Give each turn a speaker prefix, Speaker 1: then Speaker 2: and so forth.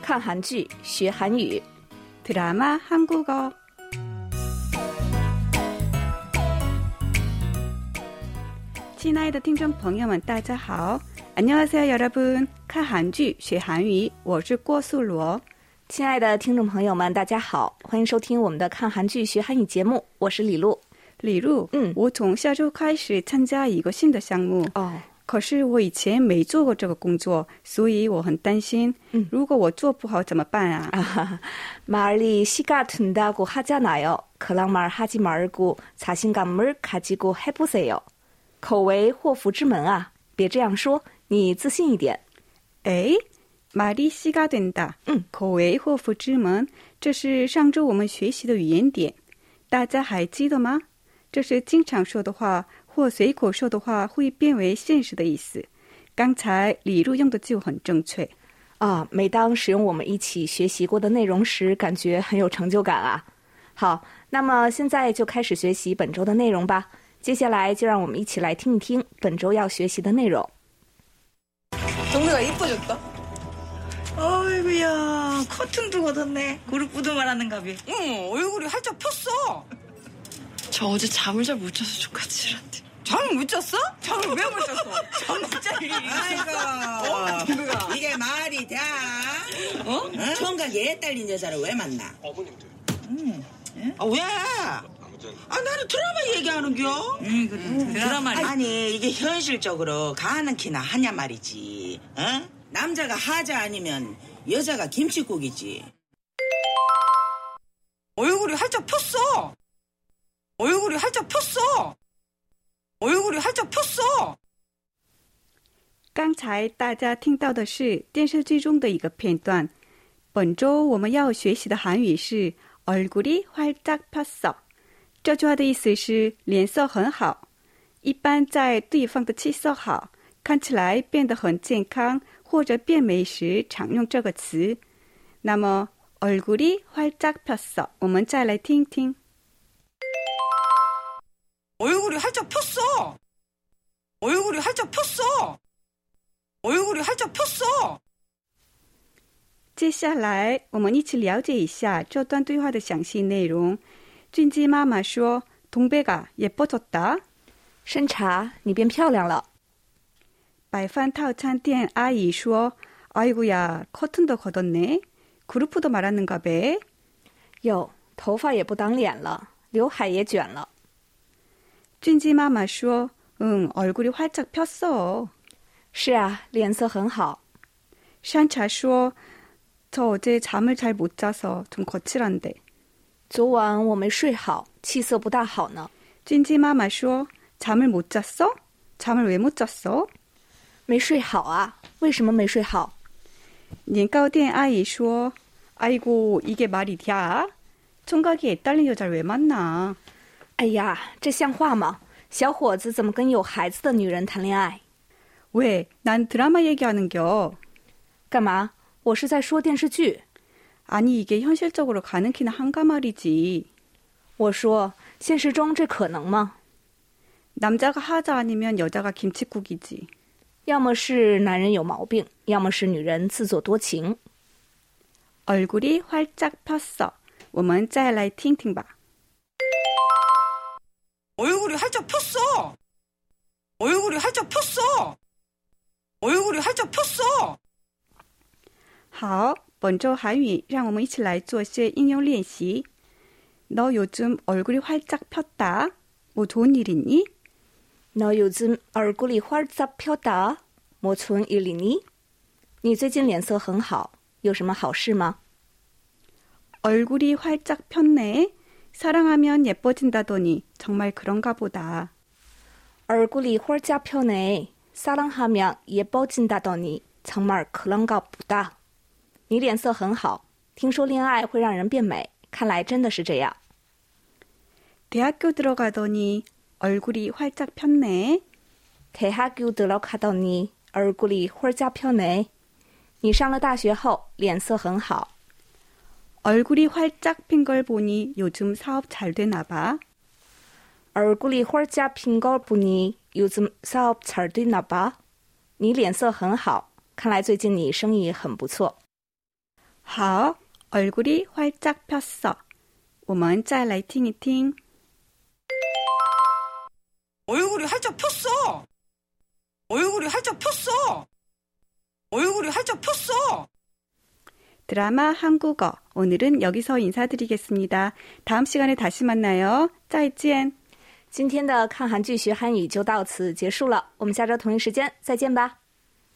Speaker 1: 看韩剧学韩语。
Speaker 2: 드라마 한국어 친爱的听众朋友们大家好안녕하세요여러분看韩剧学韩语我是郭素罗
Speaker 1: 亲爱的听众朋友们，大家好，欢迎收听我们的《看韩剧学韩语》节目，我是李璐。
Speaker 2: 李露
Speaker 1: 嗯。
Speaker 2: 我从下周开始参加一个新的项目
Speaker 1: 哦，
Speaker 2: 可是我以前没做过这个工作所以我很担心
Speaker 1: 嗯
Speaker 2: 如果我做不好怎么办啊
Speaker 1: 말이시가든다고하잖아요。그런말하지말고자신감을가지고해보세요。口为祸福之门啊，别这样说，你自信一点。
Speaker 2: 에이, 말이 씨가 된다.
Speaker 1: 응.
Speaker 2: 거의 호프 질문. 这是上周我们学习的语言点。大家还记得吗？这是经常说的话或随口说的话会变为现实的意思。刚才李路用的就很正确。
Speaker 1: 啊，每当使用我们一起学习过的内容时，感觉很有成就感啊。好，那么现在就开始学习本周的内容吧。接下来就让我们一起来听一听本周要学习的内容。
Speaker 3: 동네가 이뻐졌다. 아이고야, 커튼도 걷었네. 그룹 부도 말하는 갑이. 응, 얼굴이 활짝 폈어.
Speaker 4: 저 어제 잠을 잘 못 자서 조카치한테
Speaker 3: 잠을 못 잤어? 잠을 왜 못 잤어? 잠 진짜 이리.
Speaker 5: 아이고 이게 말이 돼?
Speaker 3: 어?
Speaker 5: 총각 얘 딸린 여자를 왜 만나?
Speaker 3: 음, 예?
Speaker 4: 아, 왜? 아, 나는 드라마 얘기하는 겨.
Speaker 3: 응, 음, 그래. 드라마. 아,
Speaker 5: 아니 이게 현실적으로 가는 키나 하냐 말이지 어? 남자가 하자 아니면 여자가 김치국이지
Speaker 3: 얼굴이 활짝 폈어. 얼굴이 활짝 폈어. 얼굴이 활짝 폈어.
Speaker 2: 刚才大家听到的是电视剧中的一个片段。本周我们要学习的韩语是“얼굴이활짝폈어”。这句话的意思是脸色很好，一般在对方的气色好、看起来变得很健康或者变美时常用这个词。那么“얼굴이활짝폈어”，我们再来听听。
Speaker 3: 얼굴이 활짝 폈어. 얼굴이 활짝 폈어. 얼굴이 활짝 폈어.
Speaker 2: 接下来，我们一起了解一下这段对话的详细内容。俊基妈妈说：“동백아예뻐졌다。
Speaker 1: 深茶，你变漂亮了。”
Speaker 2: 摆饭套餐店阿姨说：“아이고야커튼도걷었네그룹프도말하는가 배。
Speaker 1: 哟，头发也不挡脸了，刘海也卷了。”
Speaker 2: 俊基妈妈说：“응얼굴이활짝폈어。”
Speaker 1: 是啊，脸色很好。
Speaker 2: 山茶说：“저어제잠을잘 못자서좀거칠한데。
Speaker 1: 昨晚我没睡好，气色不大好呢。”
Speaker 2: 俊基妈妈说：“잠을못잤어잠을왜 못잤어？”
Speaker 1: 没睡好啊？为什么没睡好？
Speaker 2: 年糕店阿姨说：“아이고이게말이야？총각이애딸린여자를왜만나？”
Speaker 1: 哎呀，这像话吗？小伙子怎么跟有孩子的女人谈恋爱？
Speaker 2: 왜난드라마얘기하는겨？
Speaker 1: 干嘛？我是在说电视剧。
Speaker 2: 아니 이게 현실적으로 가능키나 한가 말이지.
Speaker 1: 我说，现实中这可能吗？
Speaker 2: 남자가 하자 아니면 여자가 김치국이지.
Speaker 1: 要么是男人有毛病，要么是女人自作多情。
Speaker 2: 얼굴이 활짝 폈어. 我们再来听听吧.
Speaker 3: 얼굴이 활짝 폈어. 얼굴이 활짝 폈어. 얼굴이 활짝 폈어.
Speaker 2: 好，本周韩语，让我们一起来做些应用练习。너요즘얼굴이활짝폈다뭐좋은일있니
Speaker 1: 너요즘얼굴이활짝펴다뭐좋은일이니？你最近脸色很好，有什么好事吗？
Speaker 2: 얼굴이 활짝 폈네. 사랑하면 예뻐진다더니 정말 그런가 보다.
Speaker 1: 얼굴이 활짝 펴네. 사랑하면 예뻐진다더니 정말 그런가 보다. 你脸色很好，听说恋爱会让人变美，看来真的是这样。
Speaker 2: 대학교 들어가더니 얼굴이 활짝 폈네.
Speaker 1: 대학교 들어가더니 얼굴이 활짝 펴네. 你上了大学后脸色很好。
Speaker 2: 얼굴이 활짝 핀 걸 보니 요즘 사업 잘 되나 봐.
Speaker 1: 얼굴이 활짝 핀 걸 보니 요즘 사업 잘 되나 봐. 你脸色很好，看来最近你生意很不错。
Speaker 2: 好，얼굴이활짝폈어。我们再来听一听。
Speaker 3: 얼굴이 활짝 폈어. 얼굴이 활짝 폈어. 얼굴이 활짝 폈어.
Speaker 2: 드라마 한국어. 오늘은 여기서 인사드리겠습니다. 다음 시간에 다시 만나요. 再见.
Speaker 1: 今天的看韩剧学韩语就到此结束了，我们下周同一时间再见吧。